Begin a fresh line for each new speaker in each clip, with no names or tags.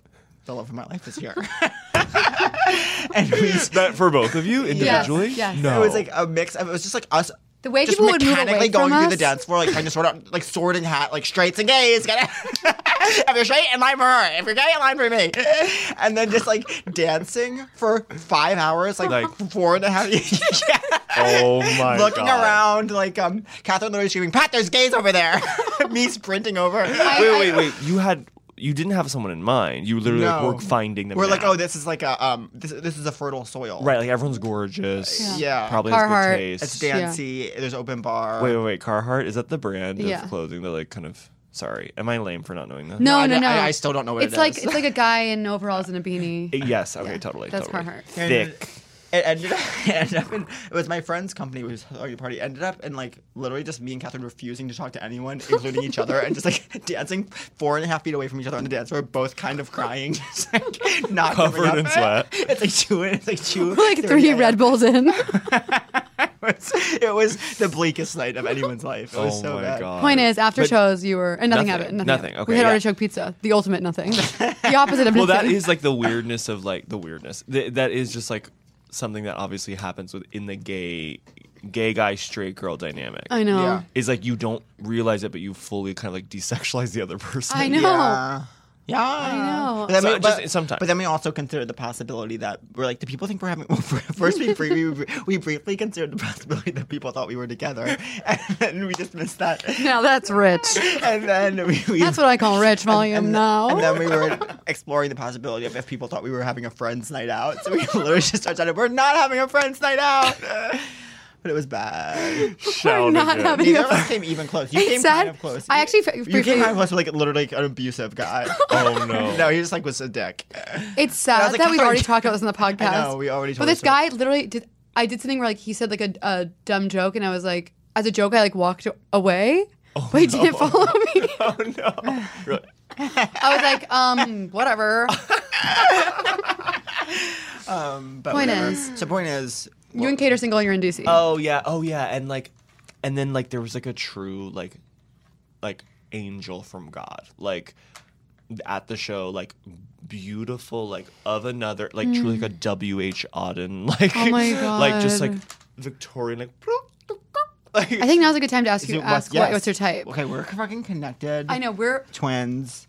the love of my life is here. and we,
That for both of you individually?
yes.
No.
it was like a mix of it was just like us
The way
just
people would move
mechanically
away
going
from
through
us.
the dance floor, like trying to sort out like sword and hat, like straights and gays. Gotta if you're straight, in line for her. If you're gay, in line for me. And then just like dancing for five hours, like,
Like-
four and a half. yeah.
oh my
Looking
God.
around, like um, Catherine literally screaming, "Pat, there's gays over there!" me sprinting over.
I-
Wait, wait, wait. You had you didn't have someone in mind. You literally like,
No.
were finding them.
We're like,
now.
"Oh, this is like a um, this, this is a fertile soil."
right. Like everyone's gorgeous.
Yeah.
Yeah.
Probably has
Carhartt.
good taste.
It's dancey. There's open bar.
Wait, wait, wait. Carhartt is that the brand of
Yeah.
clothing that like kind of? Sorry, am I lame for not knowing that?
No,
I,
no,
don't-
no.
I, I still don't know what
it's
it
like
is.
it's like a guy in overalls and a beanie.
Eh, Yes. Okay.
Yeah,
Totally.
that's
totally.
Carhartt.
Thick.
it ended up, it ended up in, it was my friend's company was throwing the party. It ended up in like literally just me and Catherine refusing to talk to anyone, including each other, and just like dancing four and a half feet away from each other on the dance floor, both kind of crying, just like not giving
Covered in
up.
sweat.
It's like two. It's like two.
like
30
three
a.m.
Red Bulls in.
It was, it was the bleakest night of anyone's life. It was
oh
so
my
bad.
god.
Point is, after
But-
shows, you were and nothing,
Nothing,
happened. Nothing.
nothing,
happened.
okay,
we had
yeah.
artichoke pizza, the ultimate nothing, the opposite of
Well, that
nothing.
is like the weirdness of like the weirdness. Th- that is just like something that obviously happens within the gay, gay guy, straight girl dynamic.
I know.
Yeah.
Is like you don't realize it, but you fully kind of like desexualize the other person.
I know.
Yeah. Yeah, I
know.
But then,
So
we,
it
but,
just- sometimes.
but then we also considered the possibility that we're like, do people think we're having? First, we bri- we, we briefly considered the possibility that people thought we were together, and then we dismissed that.
Now that's rich.
And then we, we
That's what I call rich volume
and,
now.
and then we were exploring the possibility of if people thought we were having a friends' night out. So we literally just started, we're not having a friends' night out. But it was bad.
We're
Shouted
not
it.
having
Neither
a
of us came even close. You
It's
came
sad.
kind of close.
I
You-
actually fa-
you
briefly-
came kind of close, like literally like an abusive guy.
Oh no.
No, he just like was a dick.
It's
I
sad
was like,
that we've
"Oh,
already
yeah."
talked about this in the podcast.
I know, we already
But
told
this
this story.
guy literally did. I did something where like he said like a, a dumb joke, and I was like, as a joke, I like walked away.
Oh,
but he didn't follow me.
Oh no. Really?
I was like, um, whatever.
But
Point
whatever.
is-
so point is,
You and Kate are single, and you're in Ducey.
Oh yeah, oh yeah, and like, and then like there was like a true like, like angel from God, like at the show, like beautiful, like of another, like truly like a W. H. Auden, like
Hmm. Oh my
like just
God.
like Victorian, like. bloop, bloop, bloop, like-
I think now's a good time to ask
is
you.
it what's-
Ask what,
yes.
what's your type?
Okay, we're fucking connected.
I know we're
twins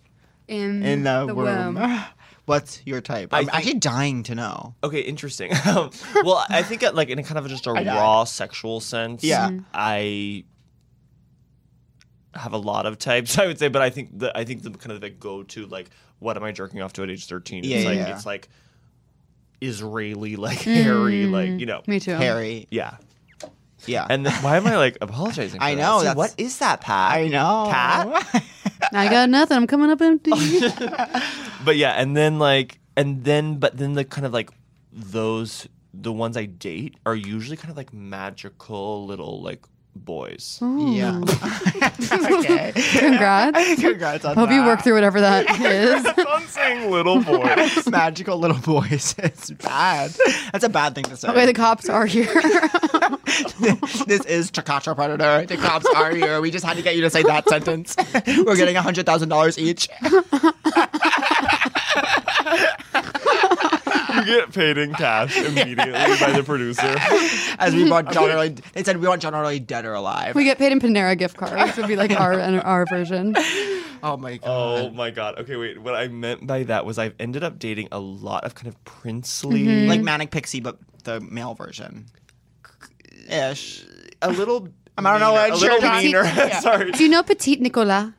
in,
in the,
womb.
womb. What's your type? I'm
think-
actually dying to know.
Okay, interesting. Um, well, I think at, like in a kind of just a
know.
raw sexual sense,
Yeah. Mhm.
I have a lot of types, I would say, but I think the I think the kind of the go to like what am I jerking off to at age thirteen?
Yeah,
it's
yeah,
like
yeah.
it's like Israeli, like hairy, like you know,
Me too.
Harry.
yeah.
Yeah.
And then, why am I like apologizing? For
I know.
That?
That's,
What is that, Pat?
I know.
Cat?
I got nothing. I'm coming up empty.
but yeah, and then like, and then, but then the kind of like those, the ones I date are usually kind of like magical little like boys.
yeah. okay.
Congrats.
Congrats on
Hope you work through whatever that is.
That's what I'm saying, little boy.
through magical little boys. It's bad. That's a bad thing to say.
Okay, the cops are here.
this is Chakacha Predator. The cops are here. We just had to get you to say that sentence. We're getting hundred thousand dollars each.
you get paid in cash immediately by the producer.
As we want John Early, they said we want John Early dead or alive.
we get paid in Panera gift cards. Which would be like our our version.
Oh my god.
Oh my god. Okay, wait. What I meant by that was I've ended up dating a lot of kind of princely,
Mm-hmm. Oh.
like Manic Pixie, but the male version. Ish.
a little. I
don't know what
A
you're
little
talking-
meaner.
Yeah.
Sorry.
Do you know Petite Nicolas?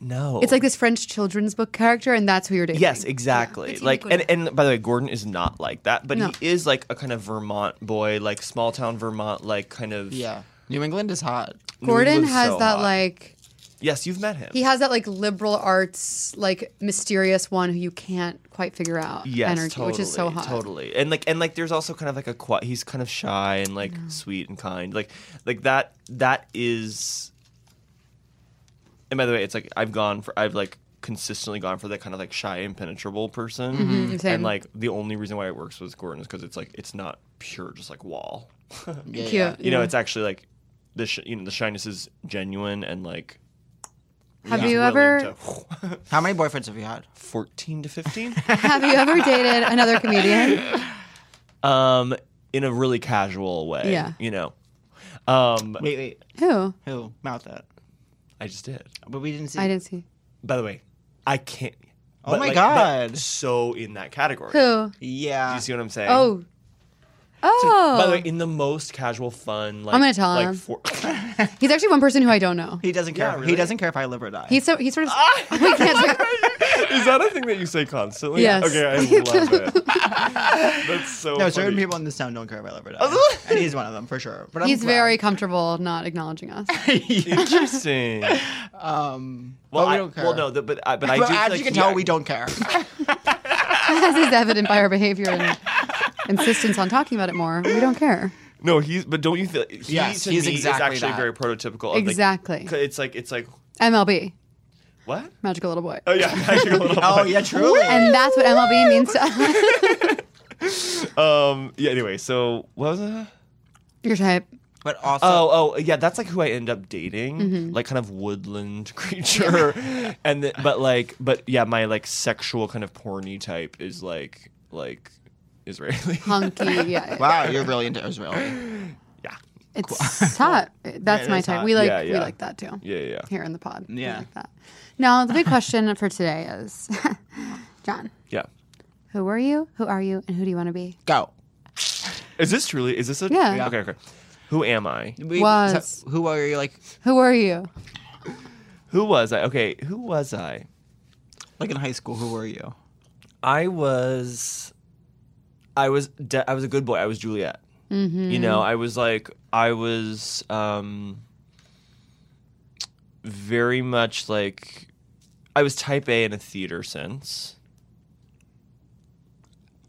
No.
It's like this French children's book character, and that's who you're dating.
Yes, exactly.
Petite
like,
Nicolas.
and, and by the way, Gordon is not like that, but
No.
he is like a kind of Vermont boy, like small town Vermont, like kind of.
Yeah. New England is hot.
New
Gordon
England's
has
so
that
hot.
like
Yes, you've met him.
he has that like liberal arts like mysterious one who you can't quite figure out
yes,
energy,
totally,
which is so hot.
Totally, and like, and like, there's also kind of like a qui- he's kind of shy and like sweet and kind, like, like that. That is. And by the way, it's like I've gone for I've like consistently gone for that kind of like shy, impenetrable person,
Mm-hmm. same.
and like the only reason why it works with Gordon is because it's like it's not pure, just like wall.
Yeah,
Cute.
yeah.
you know it's actually like the sh- you know the shyness is genuine and like
Have
He's
you
willing
ever-
to-
How many boyfriends have you had?
14 to 15?
Have you ever dated another comedian?
um, in a really casual way.
Yeah.
You know. Um,
Wait, wait.
Who?
Who? Mouth that.
I just did.
But we didn't see.
I didn't see.
By the way, I can't.
Oh
but,
my
like,
God.
that's So in that category.
Who?
Do
Yeah.
you see what I'm saying?
Oh. Oh.
By the way, in the most casual, fun, like
I'm gonna tell
like
him.
For-
he's actually one person who I don't know.
He doesn't care.
Yeah,
He
really?
doesn't care if I live or die.
He's so he's sort of. we can't talk-
Is that a thing that you say constantly?
Yes.
Okay, I love it. That's so.
no,
funny.
certain people in this town don't care if I live or die, and he's one of them for sure. But I'm
He's
glad.
very comfortable not acknowledging us.
Interesting.
Um,
Well,
but we
I,
don't care.
well, no, the, but I, but I do.
But as
like,
you can
yeah,
tell, we don't care.
As is evident by our behavior and insistence on talking about it more, we don't care.
Oh,
No, he's. But don't you feel? He
Yes,
to
he's
me
exactly
is actually
that.
very prototypical. Of
Exactly.
Like, it's like it's like
MLB,
what?
magical little boy.
Oh yeah, actually, hold on.
oh yeah, truly.
And that's what MLB means to us.
Um. Yeah. Anyway, so what was it?
Your type.
But also,
Oh, oh, yeah. That's like who I end up dating, like kind of woodland creature, and the, but like, but yeah, my like sexual kind of porny type is like like Israeli.
Hunky, yeah.
wow, you're really into Israeli.
yeah,
It's hot. That's
it
my
is
type.
hot.
We like
Yeah,
we
yeah.
like that too.
yeah, yeah.
Here in the pod. We
Yeah.
like that. Now the big question for today is John,
Yeah.
who were you? Who are you? And who do you want to be?
Go.
Is this truly? Is this a?
Yeah. Yeah.
Okay. Okay. Who am I?
We,
Was.
who are you like?
Who were you?
Who was I? Okay. Who was I?
Like in high school, who were you?
I was, I was, de- I was a good boy. I was Juliet.
Mm-hmm.
You know, I was like, I was um, very much like, I was type A in a theater sense.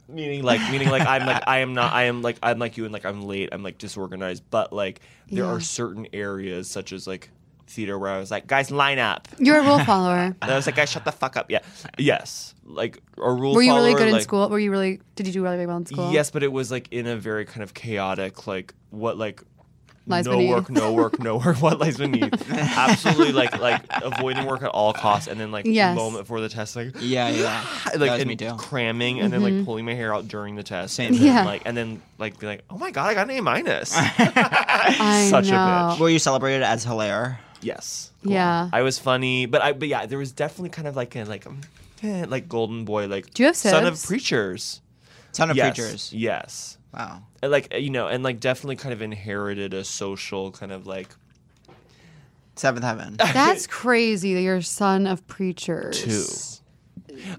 Meaning like, meaning like, I'm like, I am not, I am like, I'm like you, and like, I'm late, I'm like disorganized, but like, there
Yeah.
are certain areas such as like theater where I was like, guys, line up.
You're a rule follower.
And I was like, guys, shut the fuck up. Yeah. Yes. Like a rule.
Were you really
follower,
good in
like-
school? Were you really did you do really well in school?
Yes, but it was like in a very kind of chaotic, like what like
Lies
no
beneath.
work, no work, no work. What lies beneath? Absolutely, like like avoiding work at all costs, and then like
Yes.
moment before the test, like
Yeah, yeah.
like
that was
and
me too.
cramming, and then like pulling my hair out during the test,
Same
and then,
thing. Mm-hmm. Yeah.
like and then like be like, oh my god, I got an A minus.
I
Such a
know.
bitch.
Were you celebrated as hilaire?
Yes.
Yeah.
I was funny, but I but yeah, there was definitely kind of like a like um, eh, like golden boy like
Do you have
son of
sibs?
preachers.
Son of
yes.
preachers.
Yes.
Wow.
And, like you know, and like definitely kind of inherited a social kind of like
Seventh heaven.
That's crazy that you're a son of preachers.
two.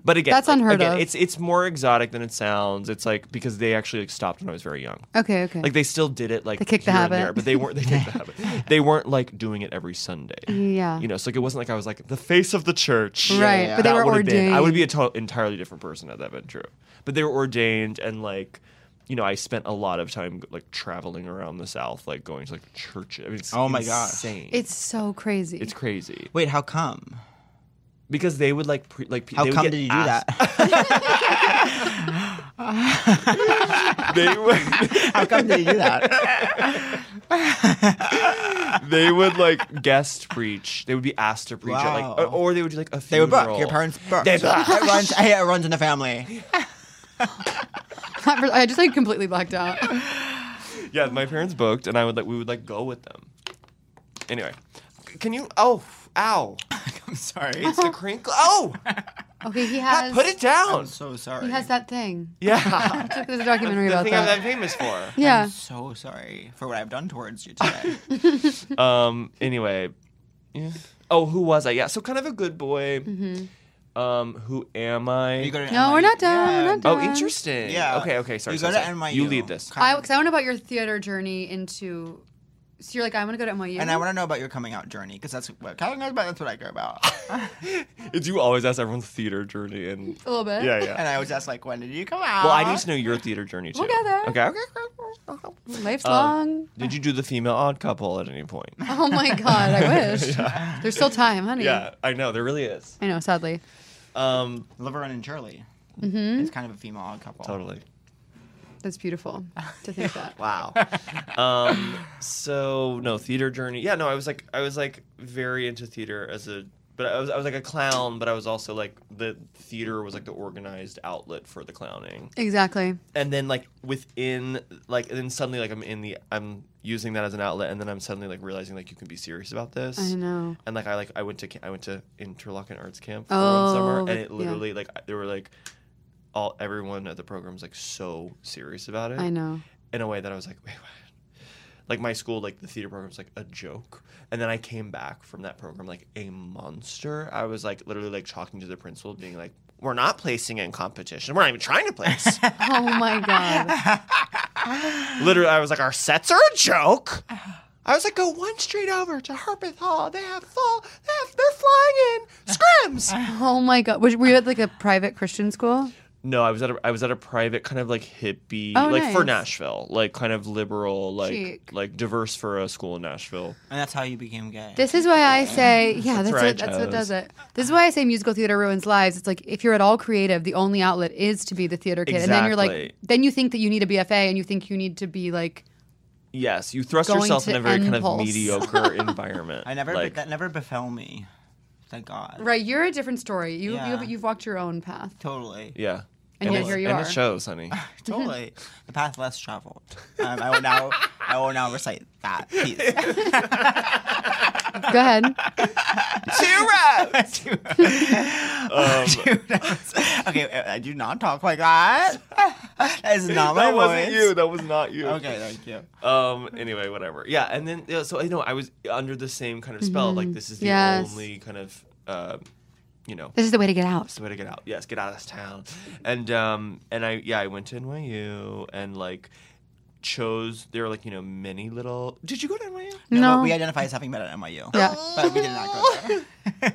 But again,
That's
like,
unheard
again,
of.
It's it's more exotic than it sounds. It's like because they actually like stopped when I was very young.
Okay, okay.
Like they still did it like
They kicked the
here and
habit.
there, but they weren't they kicked the habit. They weren't like doing it every Sunday.
Yeah.
You know, so like, it wasn't like I was like the face of the church.
Right,
yeah.
but they
that
were
would have
ordained.
been. I would be a to- entirely different person had that been true. But they were ordained, and like, you know, I spent a lot of time like traveling around the South, like going to like churches. I mean, it's
Oh my gosh.
insane.
It's so crazy.
it's crazy
Wait, how come?
because they would like pre- like pe-
How
they would
come
get
did you do
asked-
that?
They would,
how come did you do that?
they would like guest preach. They would be asked to preach at like,
Wow.
or, or they would do like a
They were
funeral.
book. Your parents book.
They
It
booked.
runs, it runs in the family.
I just like completely blacked out.
Yeah, my parents booked, and I would like we would like go with them. Anyway, c- can you? Oh, ow!
I'm sorry.
It's the crinkle. Oh,
Okay, he has
put it down.
I'm so sorry.
he has that thing.
Yeah,
There's a documentary
the
about
thing
that.
I'm famous for.
Yeah.
so sorry for what I've done towards you today.
Um. Anyway, yeah. Oh, who was I? Yeah. So kind of a good boy. Um. Who am I?
Mm-hmm. You go to
No,
NYU.
we're not done.
Yeah.
We're not done.
oh, interesting.
Yeah.
Okay. Okay. Sorry.
You
sorry,
go to
sorry.
NYU.
You lead this.
I because I want to know about your theater journey into. So you're like, I want to go to NYU.
And I want to know about your coming out journey because that's what Kyle knows about. That's what I care about.
Do you always ask everyone's theater journey? And
a little bit.
yeah, yeah.
and I was just like, when did you come out?
Well, I need to know your theater journey too.
We'll get there.
Okay. Okay.
Life's
Um,
long.
Did you do the female odd couple at any point?
Oh my god, I wish. There's still time, honey.
yeah, I know there really is.
I know. Sadly,
Um,
Laverne and Shirley. It's kind of a female odd couple.
totally.
that's beautiful to think that.
Wow. um, so no theater journey. Yeah, no, I was like I was like very into theater as a But I was I was like a clown, but I was also like the theater was like the organized outlet for the clowning.
Exactly.
and then like within like and then suddenly like I'm in the I'm using that as an outlet and then I'm suddenly like realizing like you can be serious about this.
I know.
And like I like I went to ca- I went to Interlochen Arts Camp for one summer
Oh,
and
yeah.
it literally like there were like all everyone at the program was like so serious about it
I know.
in a way that I was like wait what. Like my school, like the theater program was like a joke, and then I came back from that program like a monster. I was like literally like talking to the principal, being like, "We're not placing in competition. We're not even trying to place."
Oh my god.
Literally, I was like, our sets are a joke. I was like, go one street over to Harpeth Hall. They have full, they have, they're flying in scrims.
Oh my god. Was, were you at like a private Christian school?
no, I was at a, I was at a private kind of like hippie,
Oh,
like for
nice.
Nashville, like kind of liberal, like
Chic.
like diverse for a school in Nashville.
And that's how you became gay.
This is why I say,
That's
yeah, that's
where I
what, that's what
chose.
does it. This is why I say musical theater ruins lives. It's like if you're at all creative, the only outlet is to be the theater kid, and then you're like,
Exactly.
then you think that you need a BFA, and you think you need to be like,
Yes, you thrust
Going
yourself
to
in a very kind of
impulse.
mediocre environment.
I never
like.
that never befell me. Thank God.
right, you're a different story. You,
Yeah.
you you've walked your own path.
Totally.
yeah.
And yet
it-
here you
and
are.
it shows, honey.
Totally. the path less traveled. Um, I will now I will now recite that piece.
Go ahead.
Two
Um,
roads. Two roads. Okay, I do not talk like that. That is not my
that
voice.
wasn't you. That was not you.
Okay, thank you.
um anyway whatever yeah and then yeah, so you know i was under the same kind of spell of, like this is the
Mm-hmm. Yes.
only kind of uh, you know
This is the way to get out.
it's the way to get out yes get out of this town and um and i yeah i went to nyu and like chose there were like you know many little did you go to nyu
No,
No.
but we identify as having been at NYU.
Yeah.
But we did not go there.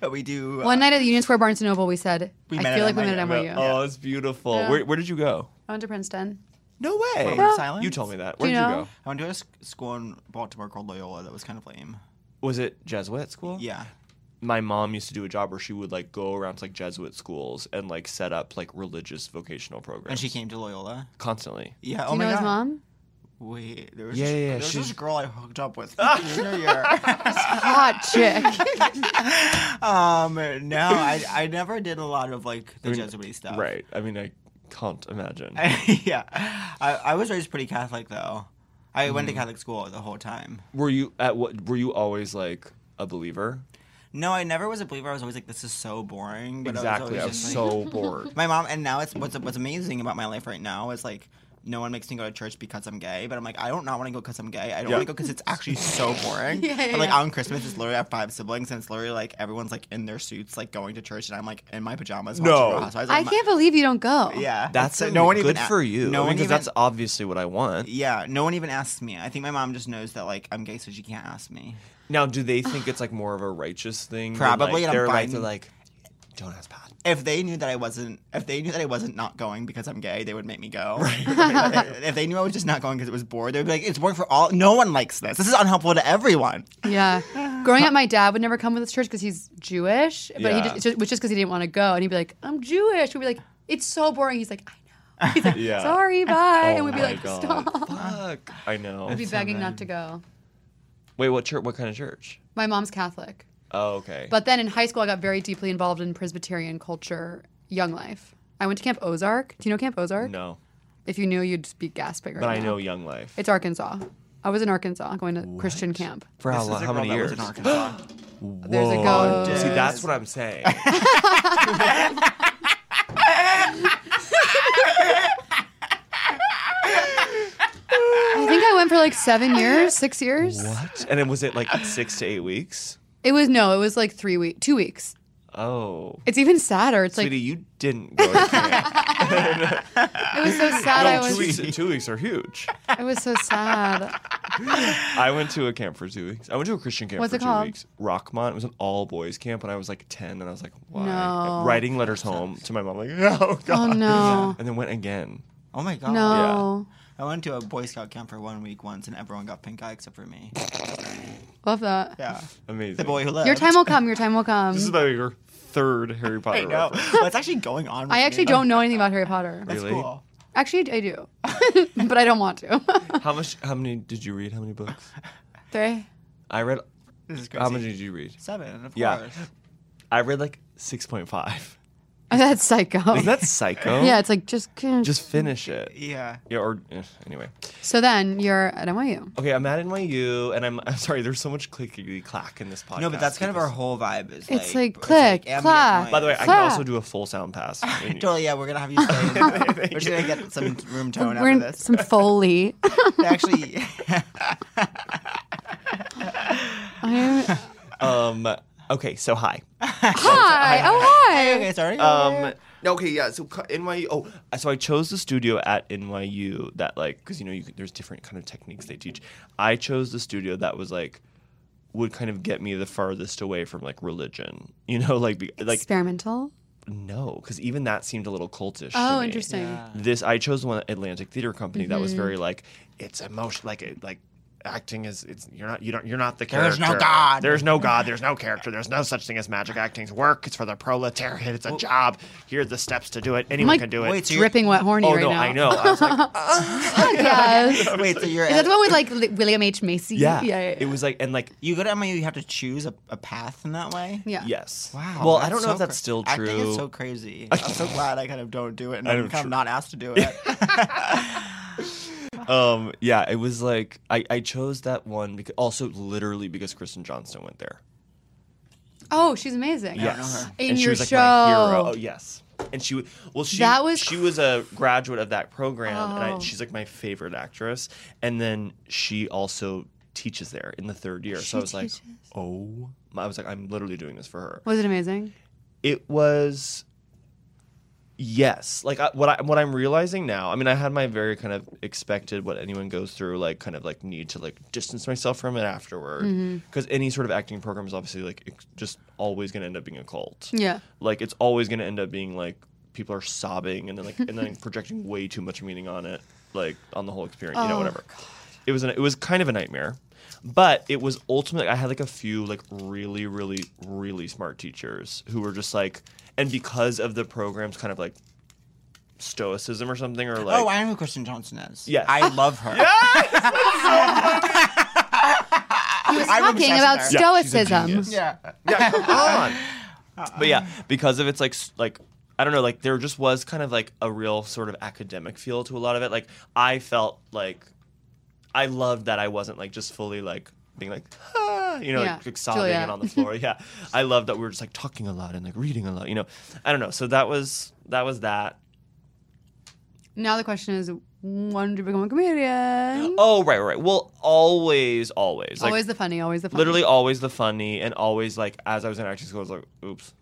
but we do. uh,
One night at the Union Square Barnes and Noble, we said,
We uh,
I
met
feel like
at
we met at NYU.
NYU.
oh it's beautiful
Yeah.
where, where did you go
I went to Princeton.
no way
Moment of silence?
you told me that
Do
where
you
did you
know?
go
I went to a s- school in Baltimore called Loyola that was kind of lame.
was it jesuit school
Yeah.
my mom used to do a job where she would like go around to like jesuit schools and like set up like religious vocational programs
And she came to Loyola.
constantly
Yeah.
Do
oh
you
my
know
God.
his mom?
Wait, there was
Yeah,
this,
yeah, yeah,
there was
she's-
this girl I hooked up with junior year.
Hot chick.
um, no, I, I never did a lot of like the
I mean,
Jesuit stuff.
Right. I mean, I can't imagine.
yeah, I, I was raised pretty Catholic though. I went
Mm-hmm.
to Catholic school the whole time.
were you at what? Were you always like a believer?
No, I never was a believer. I was always like, this is so boring. But
exactly.
I was, always
I was so
just, like-
bored.
my mom. And now it's what's what's amazing about my life right now is like. No one makes me go to church because I'm gay, but I'm like, I don't not want to go because I'm gay. I don't
Yeah.
want to go because it's actually so boring.
Yeah, yeah,
and like
yeah.
on Christmas, it's literally I have five siblings, and it's literally like everyone's like in their suits, like going to church, and I'm like in my pajamas. watching
No.
Real Housewives.
I
I'm,
can't believe you don't go.
Yeah,
That's
So
no one good
a-
for you.
No
No
one even.
that's obviously what I want.
yeah, no one even asks me. I think my mom just knows that like I'm gay, so she can't ask me.
Now, do they think it's like more of a righteous thing? than,
Probably,
Like,
and I'm
they're like,
fine.
they're like, don't ask Pat.
If they knew that I wasn't, if they knew that I wasn't not going because I'm gay, they would make me go. if they knew I was just not going because it was bored, they'd be like, "It's boring for all. No one likes this. This is unhelpful to everyone."
Yeah. Growing up, my dad would never come with us to church because he's Jewish, but he
Yeah.
just, it's just, it was just because he didn't want to go. And he'd be like, I'm Jewish. We'd be like, it's so boring. He's like, I know. He's like,
Yeah.
sorry, bye.
oh
and we'd be
my
like,
God.
stop.
Fuck. I know.
We'd be begging not to go.
Wait, what church? What kind of church?
My mom's Catholic.
Oh, okay.
But then in high school, I got very deeply involved in Presbyterian culture, young life. I went to Camp Ozark. Do you know Camp Ozark?
no,
If you knew, you'd just be gasping right
but I
now.
know Young Life.
It's Arkansas. I was in Arkansas going to Christian camp.
For how
This
long?
is a
Oh, How
girl
many
that was
years?
in Arkansas.
There's a
Whoa.
ghost.
See, that's what I'm saying.
I think I went for like seven years, six years.
what? And then was it like six to eight weeks?
It was no, it was like three weeks, two weeks.
Oh.
It's even sadder. It's like
Sweetie, you didn't go to camp.
it was so sad. I
two,
was.
weeks, two weeks are huge.
It was so sad.
I went to a camp for two weeks. I went to a Christian camp
What's
for
it
two
called?
weeks. Rockmont. It was an all boys camp when I was like 10, and I was like, why?
No.
Writing letters home to my mom, like, oh, God.
no.
And then went again.
Oh my god!
No,
I went to a Boy Scout camp for one week once, and everyone got pink eye except for me.
love that.
Yeah,
Amazing.
the boy who lived.
Your time will come. Your time will come.
This is about your third Harry Potter.
I know.
reference.
What's actually going on? With
I actually
me?
don't know anything about Harry Potter.
That's
Really?
cool.
Actually, I do, but I don't want to.
How much? How many did you read? How many books?
Three.
I read
This is crazy.
How many did you read?
Seven, of
Yeah.
course.
I read like six point five.
That's psycho.
Isn't that psycho?
yeah, it's like just
Just finish it.
Yeah.
Yeah. Or eh, anyway.
So then you're at NYU.
Okay, I'm at NYU, and I'm I'm sorry. There's so much clickety clack in this podcast.
No, but that's kind of our
because-
whole vibe. Is
It's
like,
like click,
ambient
clack.
noise.
By the way, I can also
Clack.
do a full sound pass.
totally. Yeah, we're gonna have you. Stay in there. we're just gonna get some room tone out
We're
of
in
this.
some foley.
Actually,
I'm,
Um. Okay. So hi.
hi. Oh, hi.
okay, sorry.
Um. no, Okay. Yeah. So cu- NYU. Oh, so I chose the studio at NYU that like because you know you could, there's different kind of techniques they teach. I chose the studio that was like would kind of get me the farthest away from like religion. You know, like be, like
Experimental.
no, because even that seemed a little cultish. to
Oh,
me.
interesting.
This I chose one at Atlantic Theater Company that
Mm-hmm.
was very like it's emotion like it like acting is it's you're not you don't you're not the character.
There's no God.
There's no God. There's no character. There's no such thing as magic. Acting's work. It's for the proletariat. It's a job. Here are the steps to do it. Anyone
like,
can do it.
wait, so you're,
Dripping wet horny
oh
right
no,
now.
I know. I was like,
Yes. Is
wait, so you're
that
at,
the one with like Li- William H Macy?
yeah.
Yeah. yeah,
It was like and like
you go to MIU, you have to choose a, a path in that way.
yeah.
yes.
Wow.
Well, I don't
so
know if that's
cra-
still
Acting
true.
is so crazy. I'm so glad I kind of don't do it, and I'm
don't
kind
tr-
of not asked to do it.
um yeah it was like I, I chose that one because also literally because kristen johnston went there
Oh, she's amazing.
yes
In
and she
your
was like my hero
show.
oh yes and she w- well she
That was
she was a graduate of that program and
Oh.
I, she's like my favorite actress and then she also teaches there in the third year so i was like
teaches.
oh my- i was like i'm literally doing this for her
Was it amazing?
it was yes like I, what i what i'm realizing now i mean i had my very kind of expected what anyone goes through like kind of like need to like distance myself from it afterward
Mm-hmm.
because any sort of acting program is obviously like it's just always going to end up being a cult
Yeah.
like it's always going to end up being like people are sobbing and then like and then projecting way too much meaning on it like on the whole experience you know
Oh,
whatever it was an, it was kind of a nightmare but it was ultimately i had like a few like really really really smart teachers who were just like and because of the program's kind of like stoicism or something or like
oh, I know who Kristen Johnson is.
Yes.
I love her. I'm obsessed
Talking about
with her.
Yeah, she's a
stoicism.
genius.
Yeah.
Yeah, come on. But yeah, because of its like s- like I don't know, like there just was kind of like a real sort of academic feel to a lot of it. Like I felt like I loved that I wasn't like just fully like being like ah, you know,
Yeah,
like, like sobbing
Juliet.
and on the floor. yeah. I loved that we were just like talking a lot and like reading a lot, you know. I don't know. So that was that was that.
Now the question is, when did you become a comedian?
Oh, right, right. Well, always always. Like
always the funny. Always the funny.
literally always the funny and always like as I was in acting school I was like oops.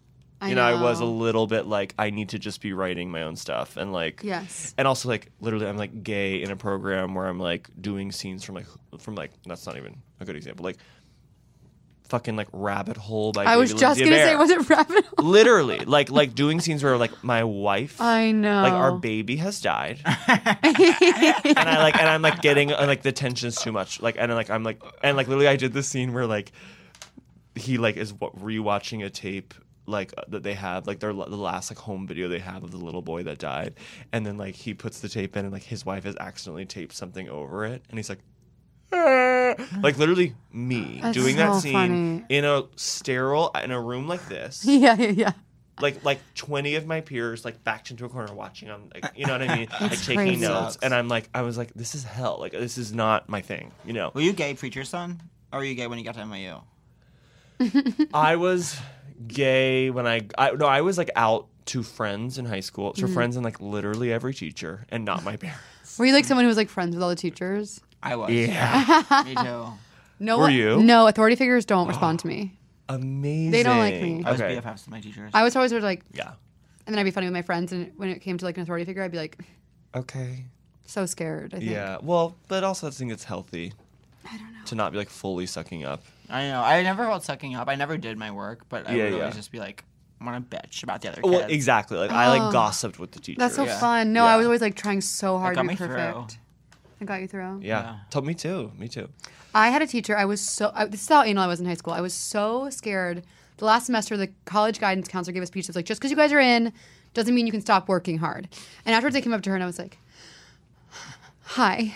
I
you know, I was a
know.
little bit like, I need to just be writing my own stuff. And like,
Yes.
And also, like, literally, I'm like gay in a program where I'm like doing scenes from like, from like, that's not even a good example. Like, fucking like Rabbit Hole by
I was
David
just
Lindsay
gonna say,
Bear.
was it rabbit? hole?
literally, like, like doing scenes where like my wife,
I know.
like our baby has died. and I like, and I'm like getting, uh, like, the tension's too much. Like, and like, I'm like, and like, literally, I did this scene where like, he like is wa- rewatching a tape like uh, that they have like their la- the last like home video they have of the little boy that died and then like he puts the tape in and like his wife has accidentally taped something over it and he's like "Ah." like literally me
That's
doing that
so
scene
funny.
in a sterile in a room like this
yeah, yeah, yeah.
like like 20 of my peers like backed into a corner watching on like you know what i mean like taking
crazy.
notes and i'm like i was like this is hell like this is not my thing you know
Were you gay preacher son, or were you gay when you got to MIU?
I was gay when I, I no, I was like out to friends in high school,
Mm-hmm.
to friends and like literally every teacher, and not my parents.
Were you like someone who was like friends with all the teachers?
I was.
Yeah,
Me too.
No.
Were
one-
you?
No. Authority figures don't respond to me.
amazing.
don't like me.
I was
Okay.
BFFs with my teachers.
I was always sort of like,
Yeah.
and then I'd be funny with my friends, and when it came to like an authority figure, I'd be like,
Okay.
so scared. I think.
Yeah. Well, but also I think it's healthy. To not be like fully sucking up.
I know. I never felt sucking up. I never did my work, but I
Yeah,
would
yeah.
always just be like, want to bitch about the other kids.
Well, exactly. Like I
Oh.
like gossiped with the teacher.
That's so
Yeah.
fun. No,
Yeah.
I was always like trying so hard
got
to be
me through.
perfect. I got you through.
Yeah.
Yeah.
Told me too. Me too.
I had a teacher. I was so I, this is how anal I was in high school. I was so scared. The last semester, the college guidance counselor gave a speech that was like, "Just because you guys are in, doesn't mean you can stop working hard." And afterwards, I came up to her and I was like, "Hi,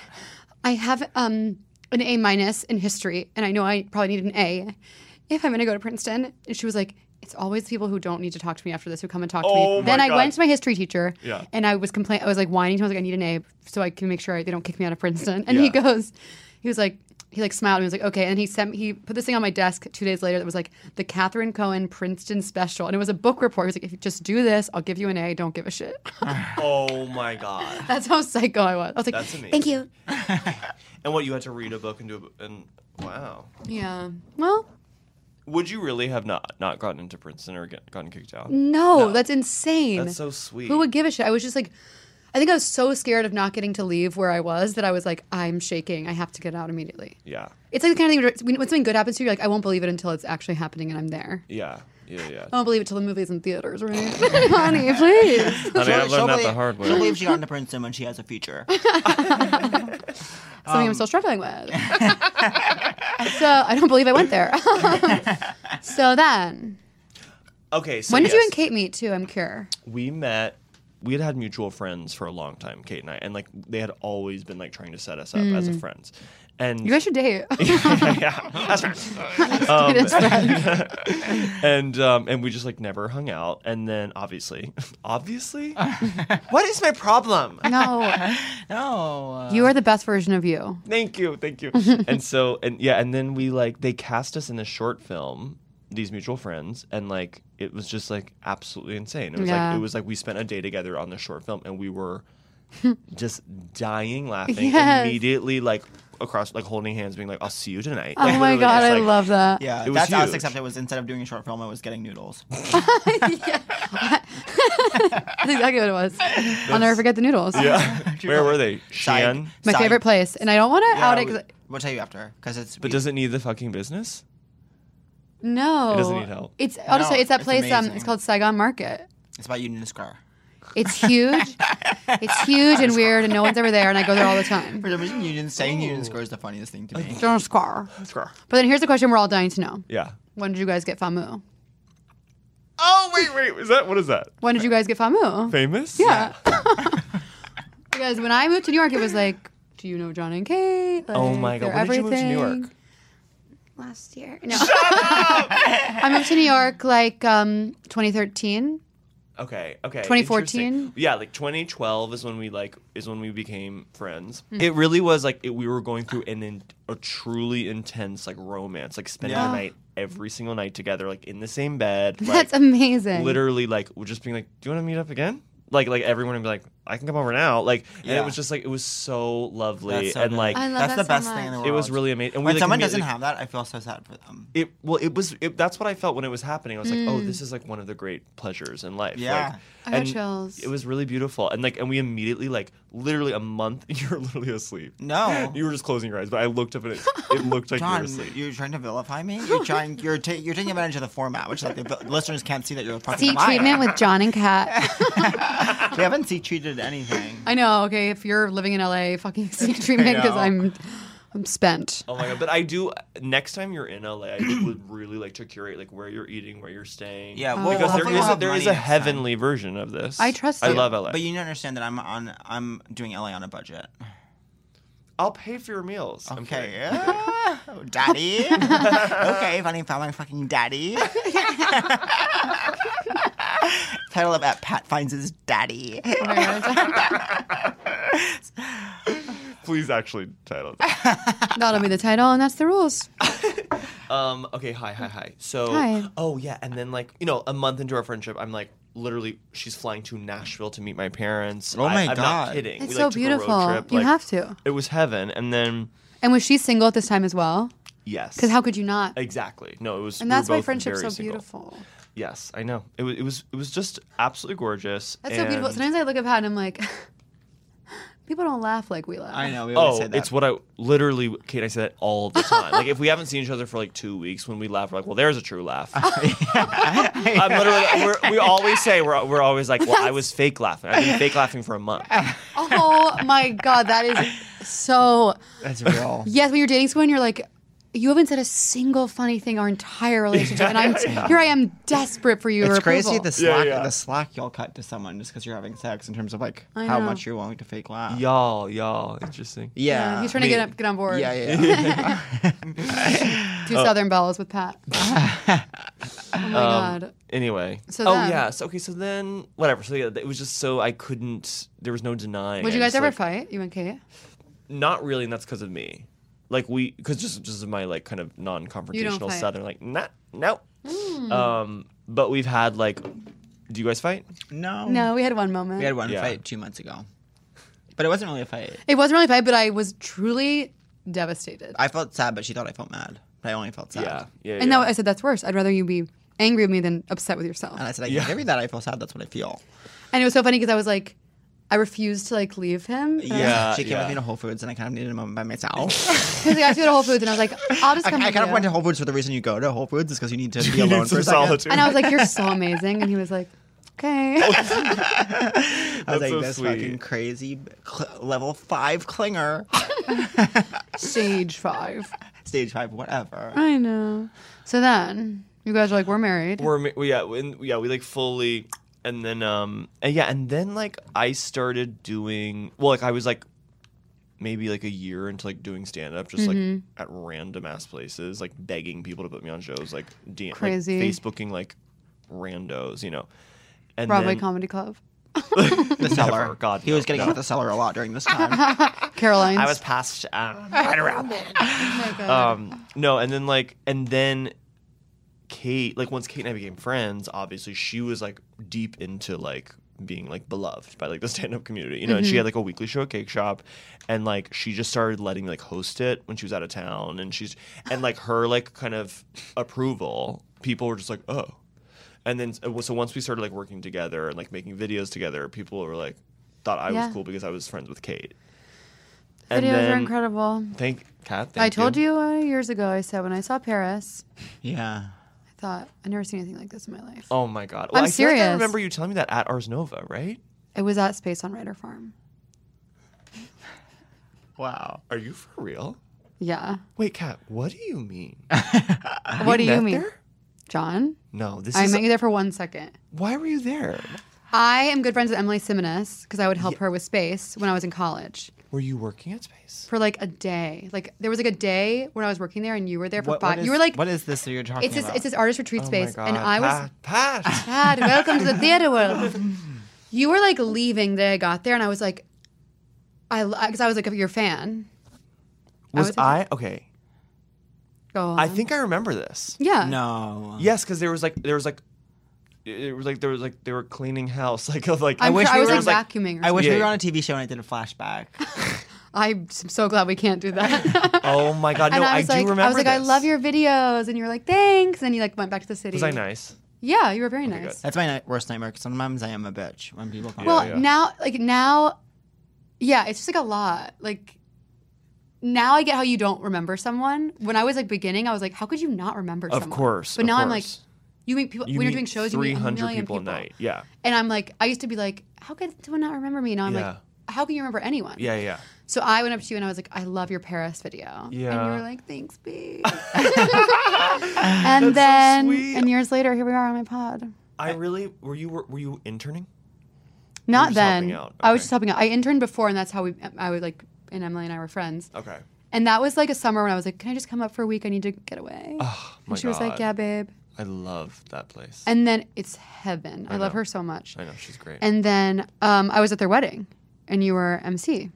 I have um an A minus in history, and I know I probably need an A if I'm going to go to Princeton. And she was like, it's always people who don't need to talk to me after this who come and talk to
Oh
me. Then
my
I
God.
went to my history teacher,
Yeah.
and I was complaining. I was like whining to him. I was like, I need an A so I can make sure I, they don't kick me out of Princeton. And he
Yeah.
goes, he was like, he like smiled and he was like, okay. And he sent he put this thing on my desk two days later that was like the Catherine Cohen Princeton special, and it was a book report. He was like, if you just do this, I'll give you an A. Don't give a shit.
Oh my god.
That's how psycho I was. I was like,
That's amazing.
thank you.
And what you had to read a book and do a, bo- and wow.
Yeah. Well,
Would you really have not not gotten into Princeton or get, gotten kicked out?
no, that's insane.
That's so sweet.
Who would give a shit? I was just like, I think I was so scared of not getting to leave where I was that I was like, I'm shaking. I have to get out immediately.
yeah.
It's like the kind of thing where it's- when when something good happens to you, you're like, I won't believe it until it's actually happening and I'm there.
Yeah. Yeah. Yeah.
I won't believe it till the movie's in theaters, right? Honey,
Honey,
please.
I
She'll- she'll
learned that the
believe-
hard
She'll
way.
believe she got into Princeton when she has a future.
Something
Um,
I'm still struggling with. so I don't believe I went there. so then,
Okay. So
when did you
yes.
and Kate meet too? I'm cure.
we met we had had mutual friends for a long time kate and i and like they had always been like trying to set us up as a friends and
Mm. You guys should date.
yeah that's right um, and um, and we just like never hung out and then obviously obviously what is my problem
no,
no. uh,
you are the best version of you.
thank you thank you and so and yeah and then we like they cast us in a short film these mutual friends and like it was just like absolutely insane it was
Yeah.
like it was like we spent a day together on the short film and we were just dying laughing
Yes.
immediately like across like holding hands being like i'll see you tonight
Oh my god, I love that.
Yeah,
It was
that's us.
huge.
Except it was instead of doing a short film, it was getting noodles.
yeah. That's exactly what it was. I'll never forget the noodles.
yeah where were they
Side-
Xi'an?
My
side-
favorite place. And I don't want to
Yeah,
out it.
we-
'cause-
We'll tell you after because it's.
but does it need the fucking business
No.
It doesn't need help.
It's, I'll just
No,
say it's that
it's
place. Um, it's
amazing.
called Saigon Market.
It's about Union Square.
It's huge. it's huge and weird, and no one's ever there, and I go there all the time.
For some reason, Union saying Union Square is the funniest thing to me.
Don't scar. But then here's the question we're all dying to know.
yeah
When did you guys get FAMU?
oh wait wait is that what is that
When did you guys get FAMU?
famous
Yeah. because when I moved to New York, it was like, do you know John and Kate?
oh
Like,
my god
they're
when did you move to new
everything.
york
last year. No. I moved to New York like um, 2013.
Okay. Okay.
2014?
interesting. Yeah, like 2012 is when we like is when we became friends.
Hmm.
It really was like it, we were going through an in, a truly intense like romance, like spending
Yeah.
the night every single night together, like in the same bed. Like,
That's amazing.
Literally, like we're just being like, "Do you want to meet up again?" Like, like everyone would be like, "I can come over now." Like, and
Yeah.
it was just like it was so lovely
That's so
and
nice.
like
I love
That's
that
the
so
best thing in the
much.
world.
it was really amazing. And we
When
like,
someone doesn't
immediately-
have that, I feel so sad for them.
it well it was it, that's what i felt when it was happening i was like oh this is like one of the great pleasures in life
Yeah.
Hmm. I
like,
got
and
chills.
it was really beautiful and like and we immediately like literally a month you were literally asleep
No.
you were just closing your eyes but i looked up and it, it looked like you were
John,
asleep
you're trying to vilify me. You're trying. You're ta- you're taking advantage of the format, which like the vi- listeners can't see that you're fucking
Seat
lying.
treatment with John and Kat.
We haven't seat treated anything.
I know. Okay, if you're living in LA, fucking seat treatment because
know.
I'm, I'm spent.
oh my god but i do next time you're in la i did- would really like to curate like where you're eating where you're staying
Yeah, well,
because there
hopefully we'll
is a,
have
there
money
is a
next time.
heavenly version of this
I trust
i
you.
love la
But you don't understand that I'm on. I'm doing LA on a budget.
i'll pay for your meals I'm
Okay,
kidding.
yeah. Oh, daddy. okay, funny found my fucking daddy. Title of at Pat finds his daddy.
Oh my God.
please actually title it
That'll be the title, and that's the rules.
Um. Okay. Hi. Hi. Hi. So.
Hi.
Oh yeah. And then like you know a month into our friendship, I'm like literally she's flying to Nashville to meet my parents.
Oh my
I,
God.
I'm Not kidding.
It's
We,
so
like, took a road
beautiful.
trip,
You
like,
have to.
It was heaven. And then
And was she single at this time as well?
yes.
Because how could you not?
Exactly. No, it was.
and
we were
that's why
both
friendship's so
very single.
beautiful.
Yes, I know. It was. It was. It was just absolutely gorgeous.
That's so beautiful.
and-
Sometimes I look at Pat and I'm like, people don't laugh like we laugh.
I know. We always
Oh,
say that.
it's what I literally, Kate. and I say that all the time. like if we haven't seen each other for like two weeks, when we laugh, we're like, "Well, there's a true laugh." I'm literally. We're, we always say we're, we're always like, well, I was fake laughing. I've been fake laughing for a month.
Oh my god, that is so.
That's real.
Yes, when you're dating someone, you're like, you haven't said a single funny thing our entire relationship, and I'm here. I am desperate for your
It's
approval.
crazy the slack
yeah.
the slack you'll cut to someone just because you're having sex in terms of like
I
how
know.
much you're willing to fake laugh.
Y'all, y'all, interesting.
Yeah,
he's trying to get up, get on board.
Yeah, yeah. yeah.
Two Southern Bells with Pat. oh my
Um,
god.
Anyway.
So
oh
then-
yeah. So okay. So then whatever. So yeah, it was just so I couldn't. There was no denying.
Would
I
you guys
just,
ever
like-
fight? You and Kate?
Not really, and that's because of me. Like we, because just just of my like kind of non-confrontational
fight. Hmm.
southern like nah, no. Um, but we've had like, do you guys fight?
no.
No, we had one moment.
We had one
Yeah.
fight two months ago, but it wasn't really a fight.
It wasn't really a fight, but I was truly devastated.
I felt sad, but she thought I felt mad. But I only felt sad.
yeah.
and now I said that's worse. I'd rather you be angry with me than upset with yourself.
And I said, I can't give you that. I feel sad. That's what I feel.
And it was so funny because I was like, I refused to like leave him. And I was like-
Yeah,
She came
yeah.
with me to Whole Foods, and I kind of needed a moment by myself.
Because like, I go to Whole Foods and I was like, I'll just
I,
come.
I
with
kind of
you.
went to Whole Foods for the reason you go to Whole Foods is because you need to be
You need
alone for
some
a second.
solitude.
And I was like, you're so amazing. And he was like, okay.
Oh. I was
That's
like,
so
this
sweet.
fucking crazy cl- level five clinger,
Stage five.
stage five, whatever.
I know. So then you guys are like, we're married.
we're ma- we, yeah we, yeah we like fully and then um and yeah and then like I started doing well like I was like maybe like a year into like doing stand up just like
Mm-hmm.
at random ass places like begging people to put me on shows like DM,
Crazy.
like, Facebooking like randos you know and
Broadway
then,
Comedy Club.
The seller.
God,
he
no,
was getting
no.
out with the seller a lot during this time.
Caroline's.
I was past uh, right around there
Oh my God.
um no and then like and then kate like once kate and i became friends obviously she was like deep into like being like beloved by like the stand-up community you know
Mm-hmm.
and she had like a weekly show at cake shop and like she just started letting me like host it when she was out of town and she's and like her like kind of approval people were just like oh and then uh, so once we started like working together and like making videos together people were like thought i
Yeah.
was cool because i was friends with kate
Videos are incredible.
thank kat
I
thank
told you uh, years ago, I said, when I saw Paris,
yeah.
I thought, I've never seen anything like this in my life.
Oh my god!
I'm
I feel like I
serious.
remember you telling me that at Ars Nova, right?
It was at Space on Rider Farm.
Wow.
Are you for real?
Yeah.
Wait, Kat, what do you mean?
what
We
do you
met
mean?
there?
John?
No, this
I
is.
met you there for one second.
Why were you there?
I am good friends with Emily Simonis because I would help her with space when I was in college
Were you working at Space?
for like a day. Like there was like a day when I was working there and you were there for
What,
five.
what is,
you were like,
what is this that you're talking
it's this
about?
it's this artist retreat space,
oh my god!
and I was
Pat, Pat.
Dad, welcome to the theater world. You were like leaving the day I got there, and I was like, I because I was like your fan.
was
was-
I okay?
Go on.
I think I remember this.
Yeah.
no.
Yes, because there was like there was like it was like there was like they were cleaning house like of like
I'm
wish
sure I
we
was
were-
like
I was like-
vacuuming. Or
I wish
Yeah.
we were on a TV show and I did a flashback.
I'm so glad we can't do that.
oh my god! No,
and I
I,
was
do
like,
remember.
I was like, I
this.
love your videos, and you were like, thanks, and you like went back to the city.
Was I nice?
Yeah, you were very nice.
That's my night- worst nightmare. 'cause sometimes I am a bitch when people come.
Well,
yeah.
now like now, yeah, it's just like a lot. Like now, I get how you don't remember someone. When I was like beginning, I was like, how could you not remember?
Of
someone?
course.
But
of
now I'm like,
course.
you meet people
You
when
meet
you're doing shows. You meet a
300
million
people a night. Yeah.
And I'm like, I used to be like, how could someone not remember me? Now I'm like, how can you remember anyone?
Yeah. Yeah. yeah.
So I went up to you and I was like, I love your Paris video. And you
Yeah.
were like, thanks, B. and then,
sweet.
and years later, here we are on my pod.
I really were you were, were you interning?
Not
just
then.
helping out.
I was
Okay.
just helping out. I interned before, and that's how we. I would like, and Emily and I were friends.
Okay.
And that was like a summer when I was like, can I just come up for a week? I need to get away.
Oh my
and she was like,
God.
yeah, babe.
I love that place.
And then it's heaven. I, love
know.
her so much.
I know she's great.
And then um, I was at their wedding, and you were MC.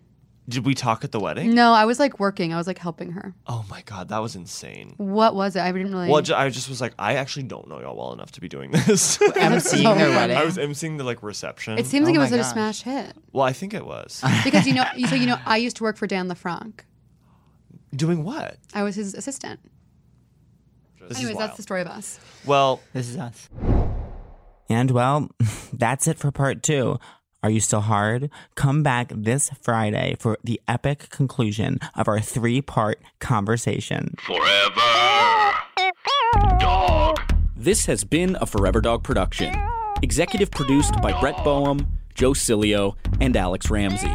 Did we talk at the wedding?
No, I was like working. I was like helping her.
Oh my god, that was insane.
What was it? I didn't really.
Well, ju- I just was like, I actually don't know y'all well enough to be doing this.
emceeing their wedding.
I was emceeing the like reception.
it seems
Oh
like it
my
was a
gosh.
smash hit
well, I think it was
because you know, you so you know, I used to work for Dan LeFranc.
doing what?
I was his assistant.
This
Anyways,
is
that's
wild.
the story of us.
well,
this is us.
And well, that's it for part two. Are you still hard? Come back this Friday for the epic conclusion of our three part conversation.
Forever. Dog.
This has been a Forever Dog production. Executive produced by Brett Boehm, Joe Cilio, and Alex Ramsey.